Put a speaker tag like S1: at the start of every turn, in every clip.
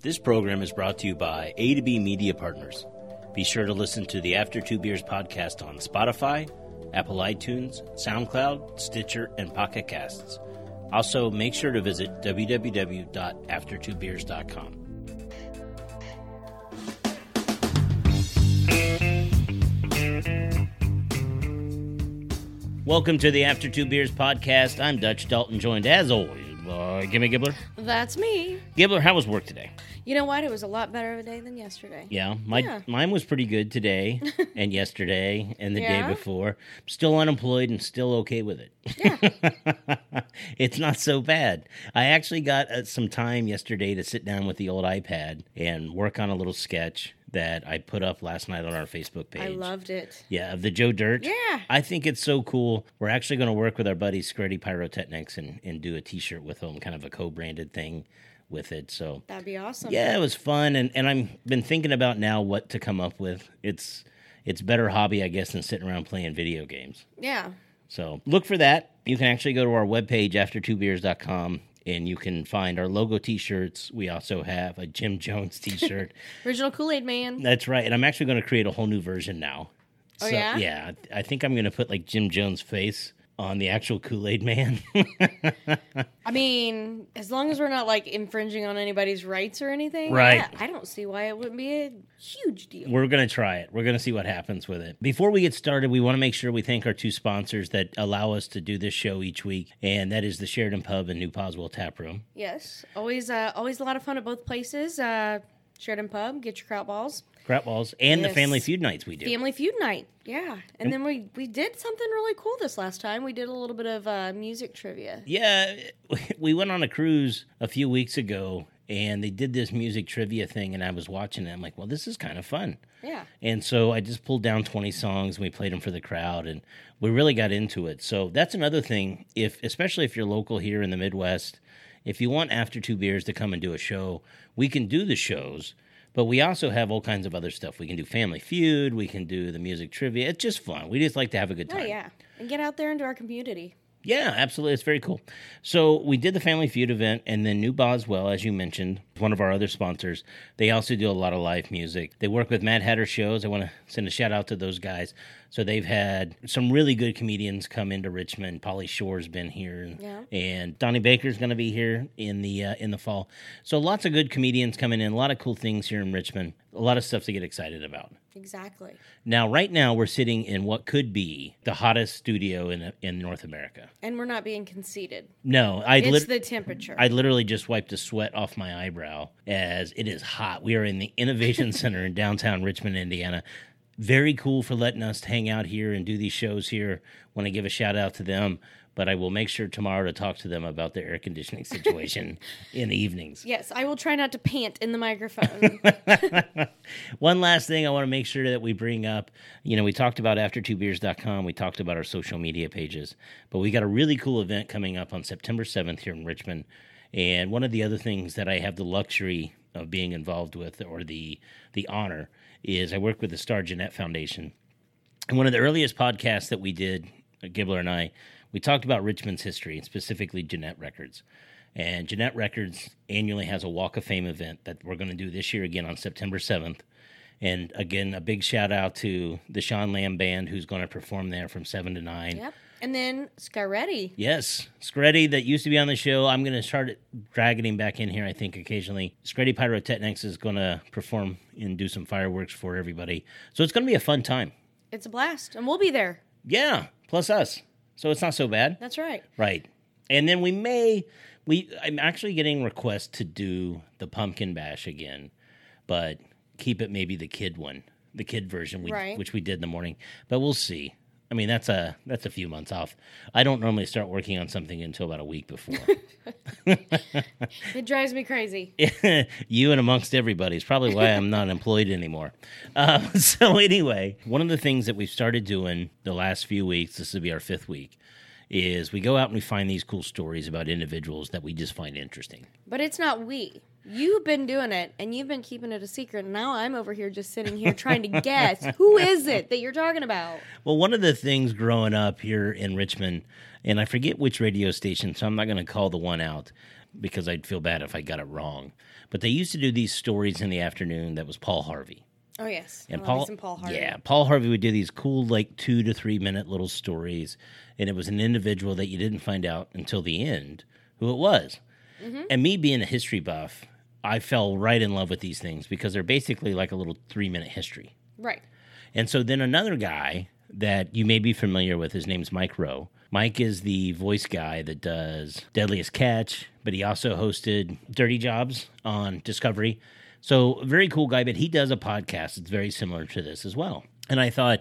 S1: This program is brought to you by A to B Media Partners. Be sure to listen to the After Two Beers podcast on Spotify, Apple iTunes, SoundCloud, Stitcher, and Pocket Casts. Also, make sure to visit www.aftertwobeers.com. Welcome to the After Two Beers podcast. I'm Dutch Dalton, joined as always by Gimme Gibbler.
S2: That's me.
S1: Gibbler, how was work today?
S2: You know what? It was a lot better of a day than yesterday.
S1: Yeah, my
S2: Yeah.
S1: mine was pretty good today and yesterday and the
S2: Yeah?
S1: day before. I'm still unemployed and still okay with it. Yeah. it's not so bad. I actually got uh, some time yesterday to sit down with the old iPad and work on a little sketch that I put up last night on our Facebook page.
S2: I loved it.
S1: Yeah, of the Joe Dirt.
S2: Yeah.
S1: I think it's so cool. We're actually going to work with our buddy Screddy Pyrotechnics and, and do a t shirt with him, kind of a co branded thing with it. So
S2: That'd be awesome.
S1: yeah, it was fun, and and I'm been thinking about now what to come up with. It's it's better hobby, I guess, than sitting around playing video games.
S2: Yeah.
S1: So look for that. You can actually go to our webpage, aftertwobeers.com, and you can find our logo T-shirts. We also have a Jim Jones T-shirt.
S2: Original Kool Aid Man.
S1: That's right, and I'm actually going to create a whole new version now.
S2: Oh, yeah?
S1: yeah. I I think I'm going to put like Jim Jones' face on the actual Kool Aid Man.
S2: I mean, as long as we're not like infringing on anybody's rights or anything.
S1: Right.
S2: yeah, I don't see why it wouldn't be a huge deal.
S1: We're going to try it. We're going to see what happens with it. Before we get started, we want to make sure we thank our two sponsors that allow us to do this show each week, and that is the Sheridan Pub and New Poswell Tap Room.
S2: yes. Always uh always a lot of fun at both places. Uh Sheridan Pub, get your kraut balls.
S1: Crap balls and the
S2: Yes.
S1: Family Feud nights we do.
S2: Family feud night. Yeah. And then we we did something really cool this last time. We did a little bit of uh music trivia.
S1: yeah, we went on a cruise a few weeks ago, and they did this music trivia thing, and I was watching it. I'm like, well, this is kind of fun.
S2: Yeah.
S1: And so I just pulled down 20 songs and we played them for the crowd and we really got into it. So that's another thing if especially if you're local here in the Midwest, if you want after two beers to come and do a show, we can do the shows, but we also have all kinds of other stuff. We can do Family Feud, we can do the music trivia. It's just fun. We just like to have a good
S2: Oh
S1: time.
S2: yeah. And get out there into our community.
S1: Yeah, absolutely. It's very cool. So we did the Family Feud event, and then New Boswell, as you mentioned, one of our other sponsors. They also do a lot of live music. They work with Mad Hatter shows. I want to send a shout out to those guys. So they've had some really good comedians come into Richmond. Polly Shore's been here, and,
S2: Yeah.
S1: and Donnie Baker's going to be here in the uh, in the fall. So lots of good comedians coming in. A lot of cool things here in Richmond. A lot of stuff to get excited about.
S2: Exactly.
S1: Now, right now, we're sitting in what could be the hottest studio in in North America.
S2: And we're not being conceited.
S1: No, I
S2: It's
S1: lit-
S2: the temperature.
S1: I literally just wiped the sweat off my eyebrow as it is hot. We are in the Innovation Center in downtown Richmond, Indiana. Very cool for letting us hang out here and do these shows here. Want to give a shout out to them, but I will make sure tomorrow to talk to them about their air conditioning situation in the evenings.
S2: yes, I will try not to pant in the microphone.
S1: One last thing I want to make sure that we bring up. You know, we talked about aftertwobeers.com, we talked about our social media pages, but we got a really cool event coming up on September 7th here in Richmond. And one of the other things that I have the luxury of being involved with or the the honor is I work with the Star Jeanette Foundation. And one of the earliest podcasts that we did, Gibbler and I, we talked about Richmond's history and specifically Jeanette Records. And Jeanette Records annually has a Walk of Fame event that we're going to do this year again on September 7th. And again, a big shout out to the Sean Lamb Band who's going to perform there from 7 to 9.
S2: yep. And then Scaretti.
S1: Yes, Screddy that used to be on the show. I'm going to start dragging him back in here. I think occasionally Screddy Pyrotechnics is going to perform and do some fireworks for everybody. So it's going to be a fun time.
S2: It's a blast. And we'll be there.
S1: Yeah, plus us. So it's not so bad.
S2: That's right.
S1: Right. And then we may we I'm actually getting requests to do the pumpkin bash again, but keep it maybe the kid one, the kid version we
S2: Right.
S1: which we did in the morning. But we'll see. I mean, that's a that's a few months off. I don't normally start working on something until about a week before.
S2: It drives me crazy.
S1: you and amongst everybody is probably why I'm not employed anymore. Uh, so anyway, one of the things that we've started doing the last few weeks, this will be our fifth week, is we go out and we find these cool stories about individuals that we just find interesting.
S2: But it's not we. You've been doing it and you've been keeping it a secret. And now I'm over here just sitting here trying to guess who is it that you're talking about?
S1: Well, one of the things growing up here in Richmond, and I forget which radio station, so I'm not going to call the one out because I'd feel bad if I got it wrong. But they used to do these stories in the afternoon that was Paul Harvey.
S2: Oh, yes.
S1: And
S2: Oh,
S1: Paul,
S2: he's in Paul Harvey.
S1: yeah, Paul Harvey would do these cool, like two to three minute little stories, and it was an individual that you didn't find out until the end who it was.
S2: Mm-hmm.
S1: And me being a history buff, I fell right in love with these things because they're basically like a little three minute history.
S2: Right.
S1: And so then another guy that you may be familiar with, his name's Mike Rowe. Mike is the voice guy that does Deadliest Catch, but he also hosted Dirty Jobs on Discovery. So very cool guy, but he does a podcast that's very similar to this as well. And I thought,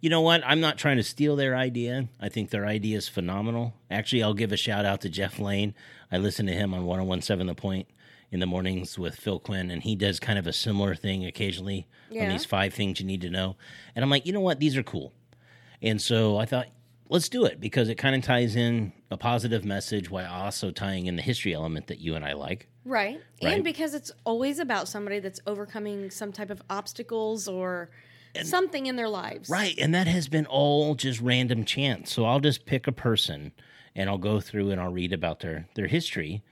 S1: you know what? I'm not trying to steal their idea. I think their idea is phenomenal. Actually, I'll give a shout out to Jeff Lane. I listen to him on 1017 The Point in the mornings with Phil Quinn, and he does kind of a similar thing occasionally on
S2: Yeah.
S1: these five things you need to know. And I'm like, you know what? These are cool. And so I thought, let's do it because it kind of ties in a positive message while also tying in the history element that you and I like.
S2: Right.
S1: Right.
S2: And because it's always about somebody that's overcoming some type of obstacles or something in their lives.
S1: Right. And that has been all just random chance. So I'll just pick a person and I'll go through and I'll read about their, their history.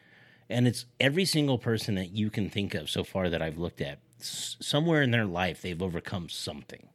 S1: And it's every single person that you can think of so far that I've looked at, s- somewhere in their life, they've overcome something.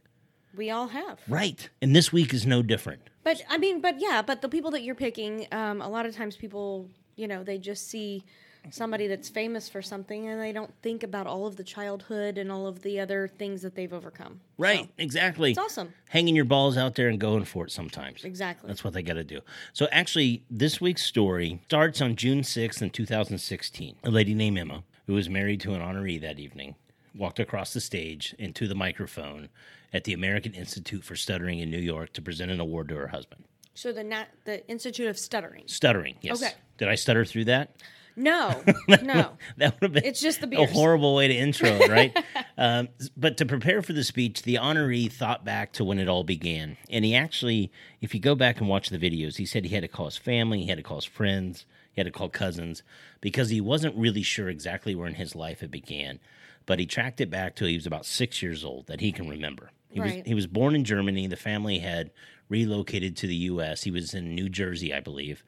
S2: We all have.
S1: Right. And this week is no different.
S2: But I mean, but yeah, but the people that you're picking, um, a lot of times people, you know, they just see somebody that's famous for something and they don't think about all of the childhood and all of the other things that they've overcome.
S1: Right. exactly.
S2: It's awesome.
S1: Hanging your balls out there and going for it sometimes.
S2: Exactly.
S1: That's what they got to do. So, actually, this week's story starts on June 6th in 2016. A lady named Emma, who was married to an honoree that evening, walked across the stage and to the microphone at the American Institute for Stuttering in New York to present an award to her husband.
S2: so the nat- the Institute of Stuttering.
S1: Stuttering, yes.
S2: Okay.
S1: Did I stutter through that?
S2: No, no.
S1: That would have been
S2: It's just the
S1: a
S2: beers.
S1: horrible way to intro it, right? um, s- but to prepare for the speech, the honoree thought back to when it all began. And he actually, if you go back and watch the videos, he said he had to call his family, he had to call his friends, he had to call cousins because he wasn't really sure exactly where in his life it began. But he tracked it back till he was about six years old that he can remember. He, was,
S2: Right.
S1: he was born in Germany. The family had relocated to the U.S. He was in New Jersey, I believe.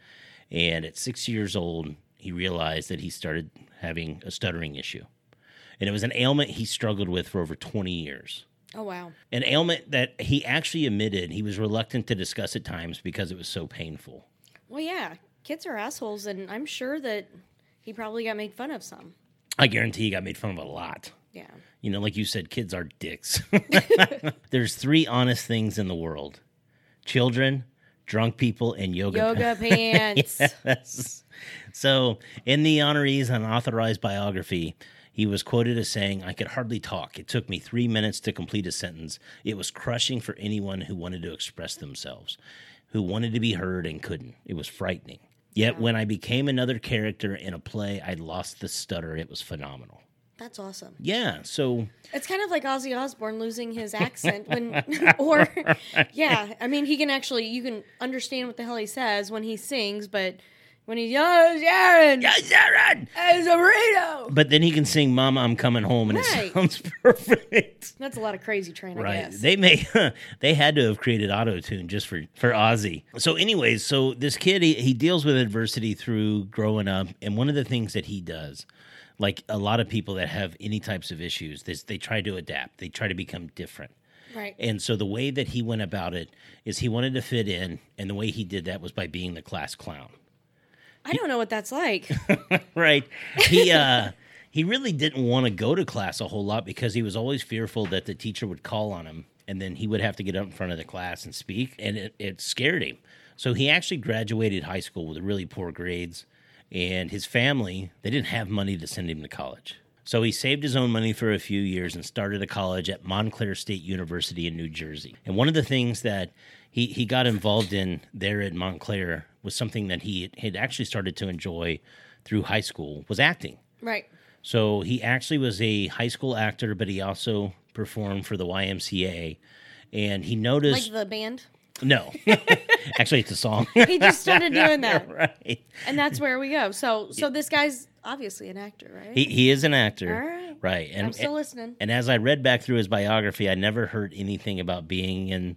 S1: And at six years old, he realized that he started having a stuttering issue. And it was an ailment he struggled with for over 20 years.
S2: Oh wow.
S1: An ailment that he actually admitted he was reluctant to discuss at times because it was so painful.
S2: Well, yeah, kids are assholes, and I'm sure that he probably got made fun of some.
S1: I guarantee he got made fun of a lot.
S2: Yeah.
S1: You know, like you said, kids are dicks. There's three honest things in the world children, drunk people, and yoga.
S2: Yoga pants.
S1: Yes. So, in the honoree's unauthorized biography, he was quoted as saying, I could hardly talk. It took me three minutes to complete a sentence. It was crushing for anyone who wanted to express themselves, who wanted to be heard and couldn't. It was frightening. Yet, when I became another character in a play, I lost the stutter. It was phenomenal.
S2: That's awesome.
S1: Yeah. So,
S2: It's kind of like Ozzy Osbourne losing his accent when, or, yeah, I mean, he can actually, you can understand what the hell he says when he sings, but when he yells, Aaron, as a burrito.
S1: but then he can sing, Mama, I'm coming home, and
S2: Right.
S1: it sounds perfect.
S2: That's a lot of crazy train, I
S1: Right.
S2: guess.
S1: They may they had to have created auto tune just for for Ozzy. So anyways, so this kid he, he deals with adversity through growing up and one of the things that he does like a lot of people that have any types of issues is they try to adapt. They try to become different.
S2: right.
S1: And so the way that he went about it is he wanted to fit in and the way he did that was by being the class clown.
S2: I don't know what that's like.
S1: right. He uh he really didn't want to go to class a whole lot because he was always fearful that the teacher would call on him and then he would have to get up in front of the class and speak and it, it scared him. So he actually graduated high school with really poor grades and his family they didn't have money to send him to college. So he saved his own money for a few years and started a college at Montclair State University in New Jersey. And one of the things that he, he got involved in there at Montclair was something that he had actually started to enjoy through high school was acting.
S2: right.
S1: So he actually was a high school actor, but he also performed for the YMCA. And he
S2: Like
S1: noticed
S2: the band.
S1: no, actually it's a song,
S2: He just started doing that.
S1: right?
S2: And that's where we go. So, so this guy's obviously an actor, right?
S1: He, he is an actor.
S2: All right.
S1: Right. And,
S2: I'm still listening.
S1: and as I read back through his biography, I never heard anything about being in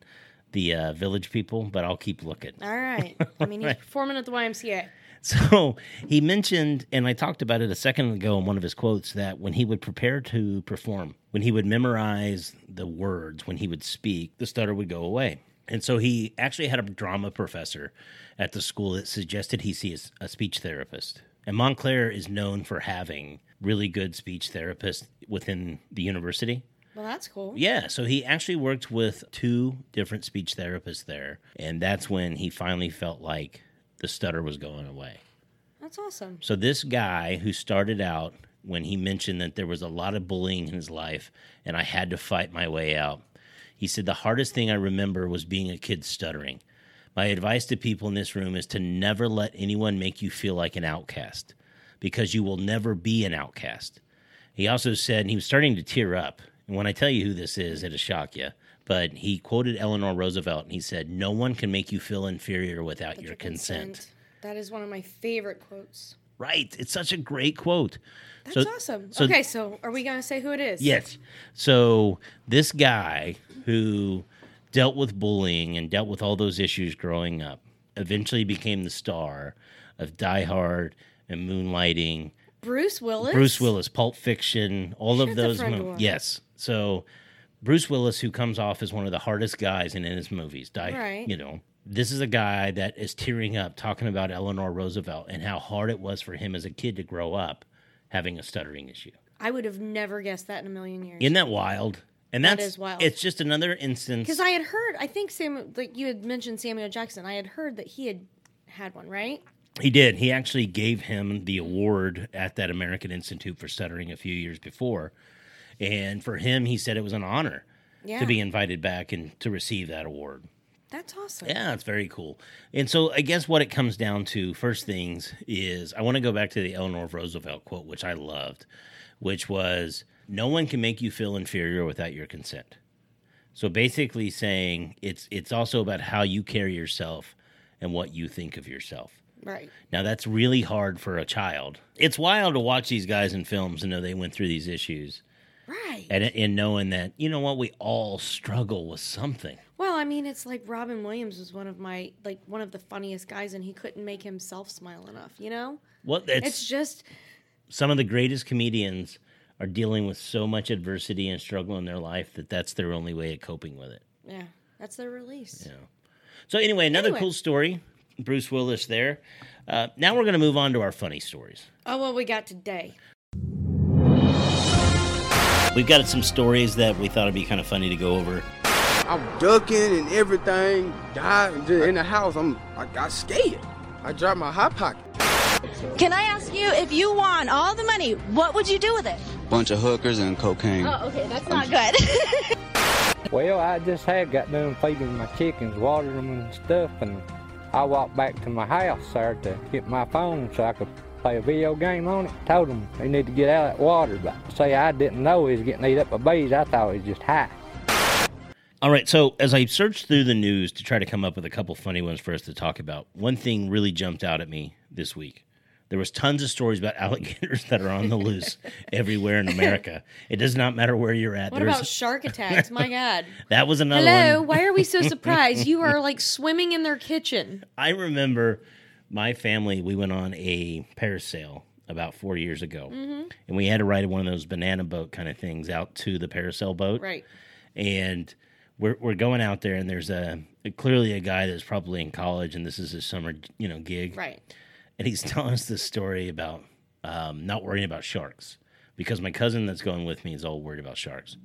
S1: the uh, village people, but I'll keep looking.
S2: All right. I mean, he's performing at the YMCA.
S1: So he mentioned, and I talked about it a second ago in one of his quotes, that when he would prepare to perform, when he would memorize the words, when he would speak, the stutter would go away. And so he actually had a drama professor at the school that suggested he see a s- a speech therapist. And Montclair is known for having really good speech therapists within the university.
S2: Well, that's cool.
S1: Yeah, so he actually worked with two different speech therapists there, and that's when he finally felt like the stutter was going away.
S2: That's awesome.
S1: So this guy who started out when he mentioned that there was a lot of bullying in his life and I had to fight my way out. He said the hardest thing I remember was being a kid stuttering. My advice to people in this room is to never let anyone make you feel like an outcast because you will never be an outcast. He also said, and he was starting to tear up. And when I tell you who this is, it'll shock you. But he quoted Eleanor Roosevelt and he said, No one can make you feel inferior without your consent.
S2: That is one of my favorite quotes.
S1: Right. It's such a great quote.
S2: That's awesome.
S1: so-
S2: okay, so are we going to say who it is?
S1: Yes. So this guy who dealt with bullying and dealt with all those issues growing up eventually became the star of Die Hard and Moonlighting,
S2: Bruce Willis.
S1: Bruce Willis, Pulp Fiction, all of
S2: Shut the
S1: those
S2: front
S1: movies.
S2: door.
S1: Yes. So Bruce Willis, who comes off as one of the hardest guys in, in his movies, die,
S2: Right.
S1: you know, this is a guy that is tearing up talking about Eleanor Roosevelt and how hard it was for him as a kid to grow up having a stuttering issue.
S2: I would have never guessed that in a million years.
S1: Isn't that wild? And
S2: That
S1: that's
S2: is wild.
S1: It's just another instance.
S2: Because I had heard, I think Sam, like you had mentioned Samuel Jackson. I had heard that he had had one, right?
S1: He did. He actually gave him the award at that American Institute for stuttering a few years before. And for him, he said it was an honor
S2: Yeah.
S1: to be invited back and to receive that award.
S2: That's awesome.
S1: Yeah, it's very cool. And so I guess what it comes down to, first things, is I want to go back to the Eleanor Roosevelt quote, which I loved, which was no one can make you feel inferior without your consent. So basically saying it's it's also about how you carry yourself and what you think of yourself.
S2: Right.
S1: Now that's really hard for a child. It's wild to watch these guys in films and know they went through these issues
S2: Right.
S1: and and knowing that, you know what, we all struggle with something.
S2: Well, I mean, it's like Robin Williams was one of my like one of the funniest guys, and he couldn't make himself smile enough. You know,
S1: What
S2: it's just
S1: some of the greatest comedians are dealing with so much adversity and struggle in their life that that's their only way of coping with it.
S2: yeah, that's their release.
S1: So anyway, another
S2: Anyway.
S1: cool story. Bruce Willis there. Uh, now we're going to move on to our funny stories.
S2: Oh, what we got today?
S1: We've got some stories that we thought would be kind of funny to go over.
S3: I'm ducking and everything. Died and just in the house. I'm I got scared. I dropped my hot pocket.
S4: Can I ask you if you won all the money, what would you do with it?
S5: bunch of hookers and cocaine.
S4: Oh, okay, that's not good.
S6: Well, I just had got done feeding my chickens, watering them and stuff, and I walked back to my house there to get my phone so I could play a video game on it. Told them they need to get out of that water, but say I didn't know he was getting ate up by bees. I thought he was just high.
S1: All right, so as I searched through the news to try to come up with a couple funny ones for us to talk about, one thing really jumped out at me this week. There was tons of stories about alligators that are on the loose everywhere in America. It does not matter where you're at.
S2: What
S1: There's-
S2: about shark attacks? My God.
S1: that was another
S2: Hello,
S1: one.
S2: why are we so surprised? You are like swimming in their kitchen.
S1: I remember my family, we went on a parasail about four years ago. And we had to ride one of those banana boat kind of things out to the parasail boat.
S2: Right.
S1: And we're, we're going out there, and there's a clearly a guy that's probably in college, and this is his summer you know gig.
S2: Right.
S1: And he's telling us this story about um, not worrying about sharks because my cousin that's going with me is all worried about sharks.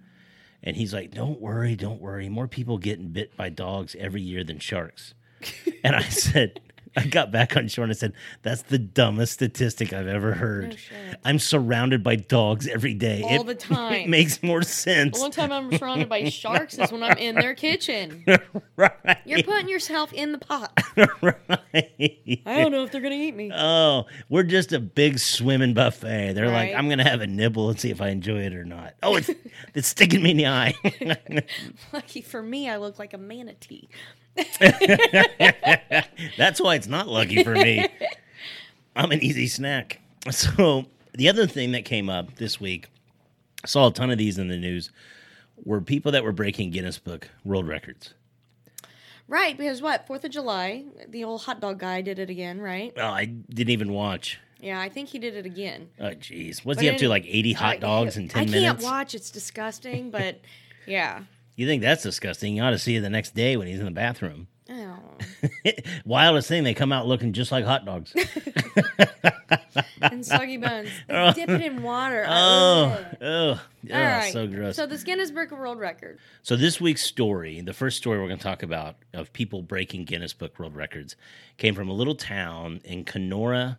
S1: And he's like, "Don't worry, don't worry. More people getting bit by dogs every year than sharks." and I said, I got back on shore and I said, "That's the dumbest statistic I've ever heard.
S2: shit.
S1: I'm surrounded by dogs every day.
S2: All
S1: it,
S2: the
S1: it
S2: time.
S1: makes more sense,
S2: The one time I'm surrounded by sharks is when I'm in their kitchen.
S1: right?
S2: You're putting yourself in the pot.
S1: right?
S2: I don't know if they're gonna eat me.
S1: Oh, we're just a big swimming buffet. They're like,
S2: Right.
S1: I'm gonna have a nibble and see if I enjoy it or not. Oh, it's it's sticking me in the eye.
S2: Lucky for me, I look like a manatee.
S1: That's why it's not lucky for me. I'm an easy snack. So the other thing that came up this week, I saw a ton of these in the news, were people that were breaking Guinness Book World Records.
S2: Right, because what? Fourth of July, the old hot dog guy did it again, right?
S1: Oh, I didn't even watch.
S2: Yeah, I think he did it again.
S1: Oh, jeez. What's
S2: But
S1: he up to?
S2: any-
S1: Like 80 hot dogs
S2: I,
S1: in 10
S2: I
S1: minutes?
S2: can't watch. It's disgusting, but yeah.
S1: You think that's disgusting? You ought to see it the next day when he's in the bathroom.
S2: Oh.
S1: Wildest thing, they come out looking just like hot dogs.
S2: And soggy buns. They dip it in water.
S1: oh,
S2: Ugh.
S1: oh,
S2: All right.
S1: so gross.
S2: So this Guinness Book World Record.
S1: So this week's story, the first story we're going to talk about of people breaking Guinness Book World Records, came from a little town in Kenora,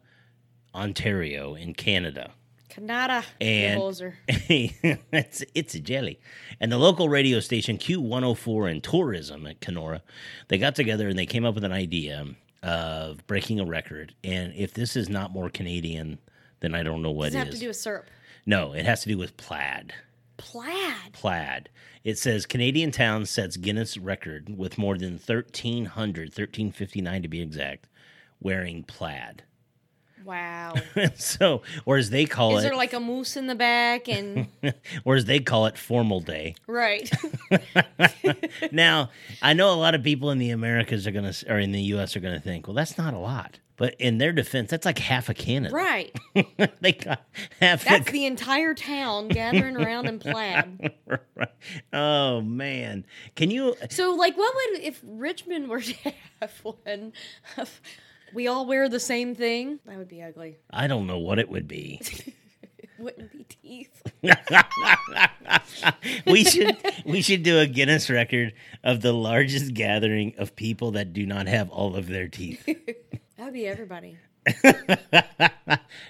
S1: Ontario, in Canada.
S2: Kanada.
S1: And-
S2: Bullzer.
S1: it's it's a jelly. And the local radio station Q104 and Tourism at Kenora, they got together and they came up with an idea of breaking a record. And if this is not more Canadian, then I don't know what
S2: Doesn't have
S1: is.
S2: to do with syrup.
S1: no, it has to do with plaid.
S2: Plaid.
S1: Plaid. It says Canadian town sets Guinness record with more than 1,300, 1,359 to be exact, wearing plaid.
S2: Wow.
S1: so, or as they call
S2: Is
S1: it,
S2: there like a moose in the back and
S1: or as they call it, formal day.
S2: right?
S1: now, I know a lot of people in the Americas are gonna or in the U.S. are gonna think, well, that's not a lot. But in their defense, that's like half a Canada.
S2: right.
S1: they got half.
S2: That's
S1: a,
S2: the entire town gathering around in plaid.
S1: oh man, can you?
S2: So like what would if Richmond were to have one of we all wear the same thing? That would be ugly.
S1: I don't know what it would be.
S2: Wouldn't be teeth.
S1: we should we should do a Guinness record of the largest gathering of people that do not have all of their teeth. do
S2: That would be everybody.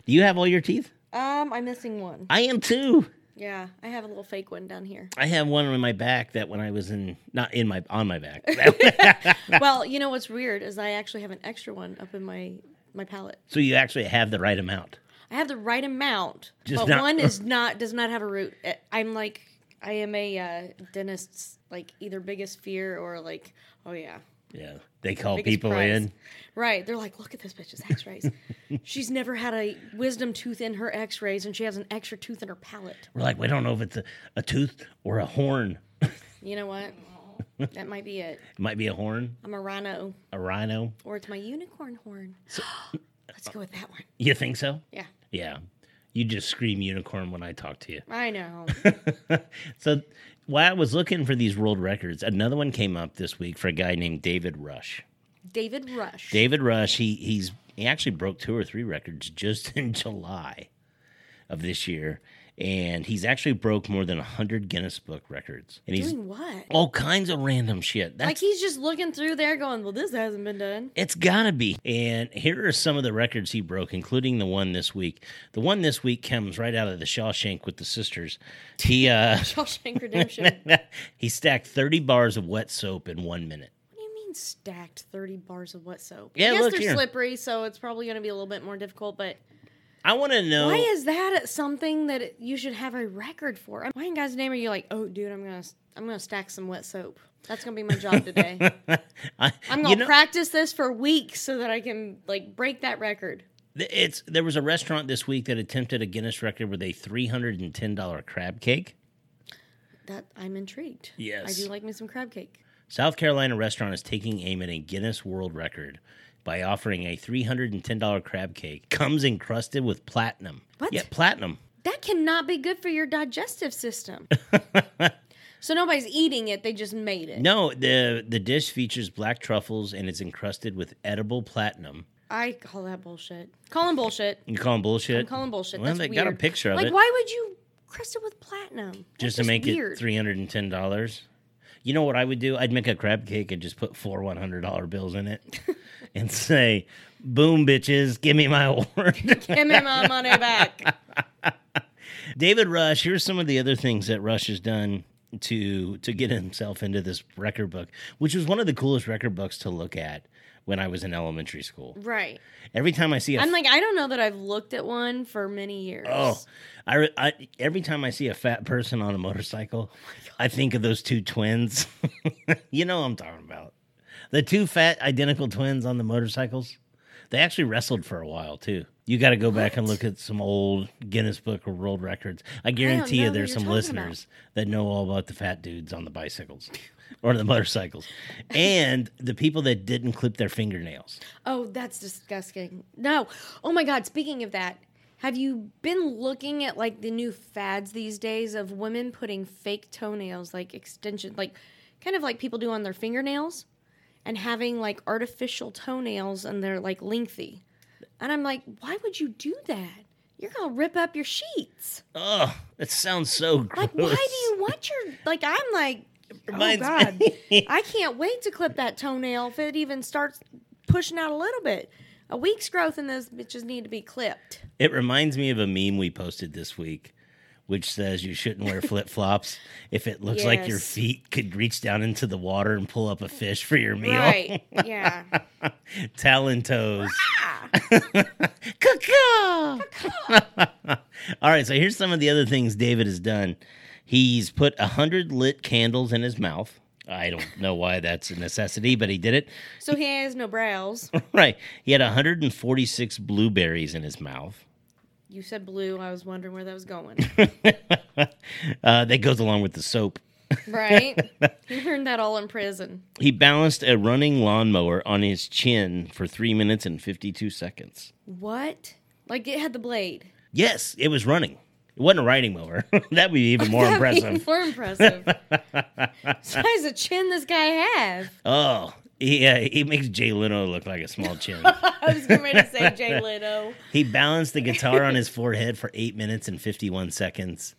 S1: you have all your teeth?
S2: Um, I'm missing one.
S1: I am too.
S2: Yeah, I have a little fake one down here.
S1: I have one on my back that when I was in not in my on my back.
S2: well, you know what's weird is I actually have an extra one up in my my palate.
S1: so you actually have the right amount.
S2: I have the right amount,
S1: Just
S2: but
S1: not-
S2: one is not does not have a root. Uh, I'm like I am a uh, dentist's like either biggest fear or like oh yeah.
S1: Yeah. They call
S2: biggest
S1: people
S2: prize.
S1: in.
S2: Right. They're like, look at this bitch's x-rays. She's never had a wisdom tooth in her x-rays and she has an extra tooth in her palate.
S1: We're like, we don't know if it's a, a tooth or a horn.
S2: You know what? That might be it.
S1: It might be a horn,
S2: I'm a rhino
S1: a rhino.
S2: or it's my unicorn horn. Let's go with that one.
S1: You think so?
S2: Yeah.
S1: Yeah. You just scream unicorn when I talk to you.
S2: I know.
S1: So while I was looking for these world records, another one came up this week for a guy named David Rush.
S2: David Rush.
S1: David Rush, he he's he actually broke two or three records just in July of this year. And he's actually broke more than 100 Guinness Book records. And he's
S2: Doing what?
S1: all kinds of random shit. That's
S2: Like he's just looking through there going, well, this hasn't been done.
S1: It's gotta be. And here are some of the records he broke, including the one this week. The one this week comes right out of the Shawshank with the sisters. He uh
S2: Shawshank Redemption.
S1: he stacked thirty bars of wet soap in one minute.
S2: What do you mean stacked 30 bars of what soap?
S1: Yeah,
S2: I guess
S1: look
S2: they're
S1: here.
S2: slippery, so it's probably going to be a little bit more difficult, but
S1: I want to know.
S2: Why is that something that it- you should have a record for? Why in God's name are you like, oh, dude, I'm gonna, I'm gonna stack some wet soap. That's gonna be my job today.
S1: I,
S2: I'm gonna
S1: you know,
S2: practice this for weeks so that I can like break that record.
S1: th- it's there was a restaurant this week that attempted a Guinness record with a three hundred and ten dollar crab cake.
S2: That I'm intrigued.
S1: Yes.
S2: I do like me some crab cake.
S1: South Carolina restaurant is taking aim at a Guinness World Record by offering a three hundred and ten dollar crab cake. Comes encrusted with platinum.
S2: What?
S1: Yeah, platinum.
S2: That cannot be good for your digestive system. so nobody's eating it; they just made it.
S1: No, the the dish features black truffles and is encrusted with edible platinum.
S2: I call that bullshit. Calling bullshit.
S1: You call 'em bullshit?
S2: I'm calling bullshit.
S1: Well,
S2: That's
S1: they
S2: weird.
S1: got a picture of
S2: like,
S1: it.
S2: why would you crest it with platinum? That's
S1: just to make
S2: weird.
S1: it three hundred and ten dollars. You know what I would do? I'd make a crab cake and just put four one hundred dollar bills in it, and say, "Boom, bitches, give me my award."
S2: Give me my money back.
S1: David Rush. Here's some of the other things that Rush has done to to get himself into this record book, which was one of the coolest record books to look at when I was in elementary school.
S2: Right.
S1: Every time I see a
S2: I'm like, I don't know that I've looked at one for many years.
S1: Oh, I, re- I every time I see a fat person on a motorcycle,
S2: Oh
S1: I think of those two twins. you know what I'm talking about. The two fat identical twins on the motorcycles. They actually wrestled for a while too. You got to go back and look at some old Guinness Book of World Records. I guarantee
S2: know
S1: you,
S2: who
S1: there's
S2: you're
S1: some
S2: talking
S1: listeners that know all about the fat dudes on the bicycles or the motorcycles, and the people that didn't clip their fingernails.
S2: Oh, that's disgusting. No. Oh my God. Speaking of that, have you been looking at like the new fads these days of women putting fake toenails, like extension, like kind of like people do on their fingernails, and having like artificial toenails and they're like lengthy? And I'm like, why would you do that? You're gonna rip up your sheets.
S1: Oh, that sounds so gross.
S2: Like, why do you want your like? I'm like, oh
S1: reminds
S2: god,
S1: me-
S2: I can't wait to clip that toenail if it even starts pushing out a little bit. A week's growth in those bitches need to be clipped.
S1: It reminds me of a meme we posted this week, which says you shouldn't wear flip flops if it looks like your
S2: Yes.
S1: feet could reach down into the water and pull up a fish for your meal.
S2: Right? Yeah.
S1: Talon toes. Caw-caw. All right, so here's some of the other things David has done. He's put a hundred lit candles in his mouth. I don't know why that's a necessity, but he did it.
S2: So he has no brows.
S1: Right. He had 146 blueberries in his mouth.
S2: You said blue. I was wondering where that was going.
S1: uh, that goes along with the soap.
S2: Right? He learned that all in prison.
S1: He balanced a running lawnmower on his chin for three minutes and 52 seconds.
S2: What? Like it had the blade.
S1: Yes, it was running. It wasn't a riding mower. that would be even more
S2: That'd be
S1: impressive.
S2: More impressive. Size of chin this guy has.
S1: Oh, yeah, he makes Jay Leno look like a small chin.
S2: I was getting ready to say Jay Leno.
S1: he balanced the guitar on his forehead for eight minutes and 51 seconds.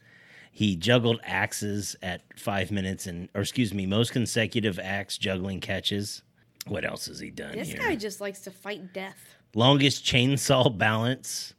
S1: He juggled axes at five minutes and, or excuse me, most consecutive axe juggling catches. What else has he done
S2: This
S1: here?
S2: guy just likes to fight death.
S1: longest chainsaw balance,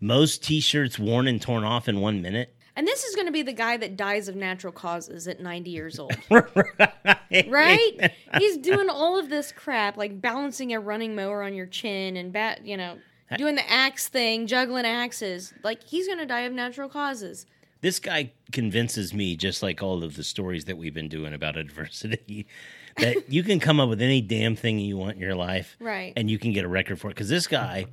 S1: most t-shirts worn and torn off in one minute.
S2: And this is going to be the guy that dies of natural causes at 90 years old. right? He's doing all of this crap, like balancing a running mower on your chin and bat, you know, doing the axe thing, juggling axes. Like he's going to die of natural causes.
S1: This guy convinces me, just like all of the stories that we've been doing about adversity, that you can come up with any damn thing you want in your life,
S2: Right.
S1: And you can get a record for it because this guy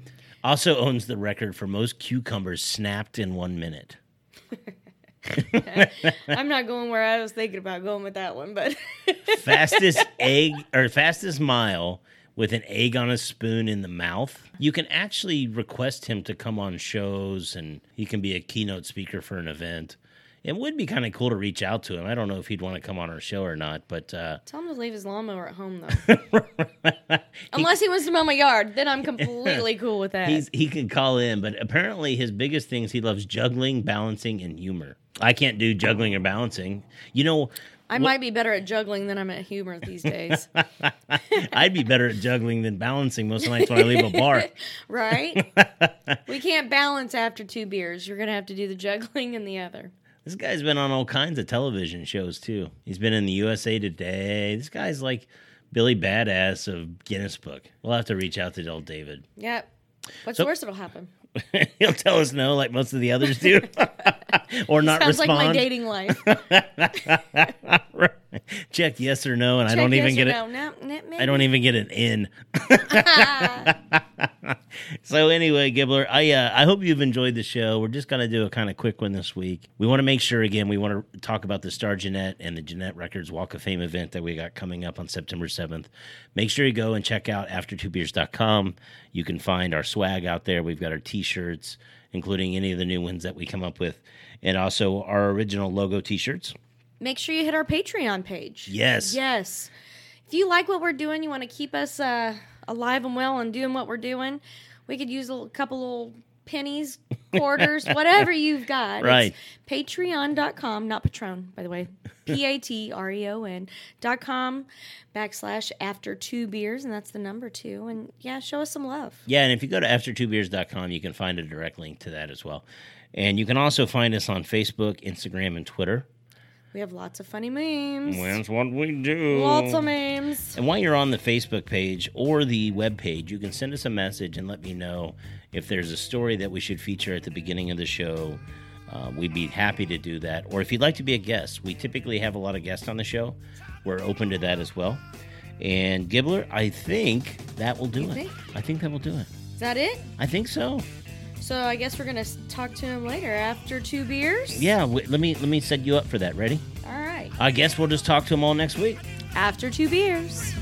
S1: also owns the record for most cucumbers snapped in one minute.
S2: I'm not going where I was thinking about going with that one, but
S1: fastest egg or fastest mile with an egg on a spoon in the mouth. You can actually request him to come on shows and he can be a keynote speaker for an event. It would be kind of cool to reach out to him. I don't know if he'd want to come on our show or not, but uh,
S2: tell him to leave his lawnmower at home, though. Unless he wants to mow my yard, then I'm completely cool with that.
S1: he's, he can call in. But apparently, his biggest things he loves juggling, balancing, and humor. I can't do juggling or balancing. You know,
S2: I might be better at juggling than I'm at humor these days.
S1: I'd be better at juggling than balancing most nights when I leave a bar.
S2: right? we can't balance after two beers. You're going to have to do the juggling and the other.
S1: This guy's been on all kinds of television shows too. He's been in the USA Today. This guy's like Billy Badass of Guinness Book. We'll have to reach out to old David.
S2: Yep. What's
S1: So-
S2: worse, it'll happen.
S1: He'll tell us no, like most of the others do, or not
S2: Sounds
S1: respond.
S2: like my dating life.
S1: Check yes or no, and I
S2: Check
S1: don't even
S2: yes or
S1: get it.
S2: no. No, no,
S1: I don't
S2: maybe.
S1: even get an in. so anyway, Gibbler, I uh, I hope you've enjoyed the show. We're just gonna do a kind of quick one this week. We want to make sure again we want to talk about the Star Jeanette and the Jeanette Records Walk of Fame event that we got coming up on September seventh. Make sure you go and check out aftertwobeers.com. You can find our swag out there. We've got our T-shirts, including any of the new ones that we come up with, and also our original logo T-shirts.
S2: Make sure you hit our Patreon page.
S1: e- Yes.
S2: Yes. If you like what we're doing, you want to keep us uh, alive and well and doing what we're doing, we could use a little- couple little pennies, quarters, whatever you've got.
S1: Right.
S2: It's patreon.com, not Patron, by the way. P A T R E O N dot com backslash after two beers, and that's the number two. And yeah, show us some love.
S1: Yeah, and if you go to after2beers.com, you can find a direct link to that as well. And you can also find us on Facebook, Instagram, and Twitter.
S2: We have lots of funny memes.
S1: what we do.
S2: Lots of memes.
S1: and while you're on the Facebook page or the web page, you can send us a message and let me know if there's a story that we should feature at the beginning of the show. Uh, we'd be happy to do that. Or if you'd like to be a guest, we typically have a lot of guests on the show. We're open to that as well. And Gibbler, I think that will do it.
S2: think?
S1: I think that will do it.
S2: Is that it?
S1: I think so.
S2: So I guess we're gonna s- talk to him later after two beers.
S1: Yeah, w- let me let me set you up for that. Ready?
S2: All right.
S1: I guess we'll just talk to him all next week.
S2: After two beers.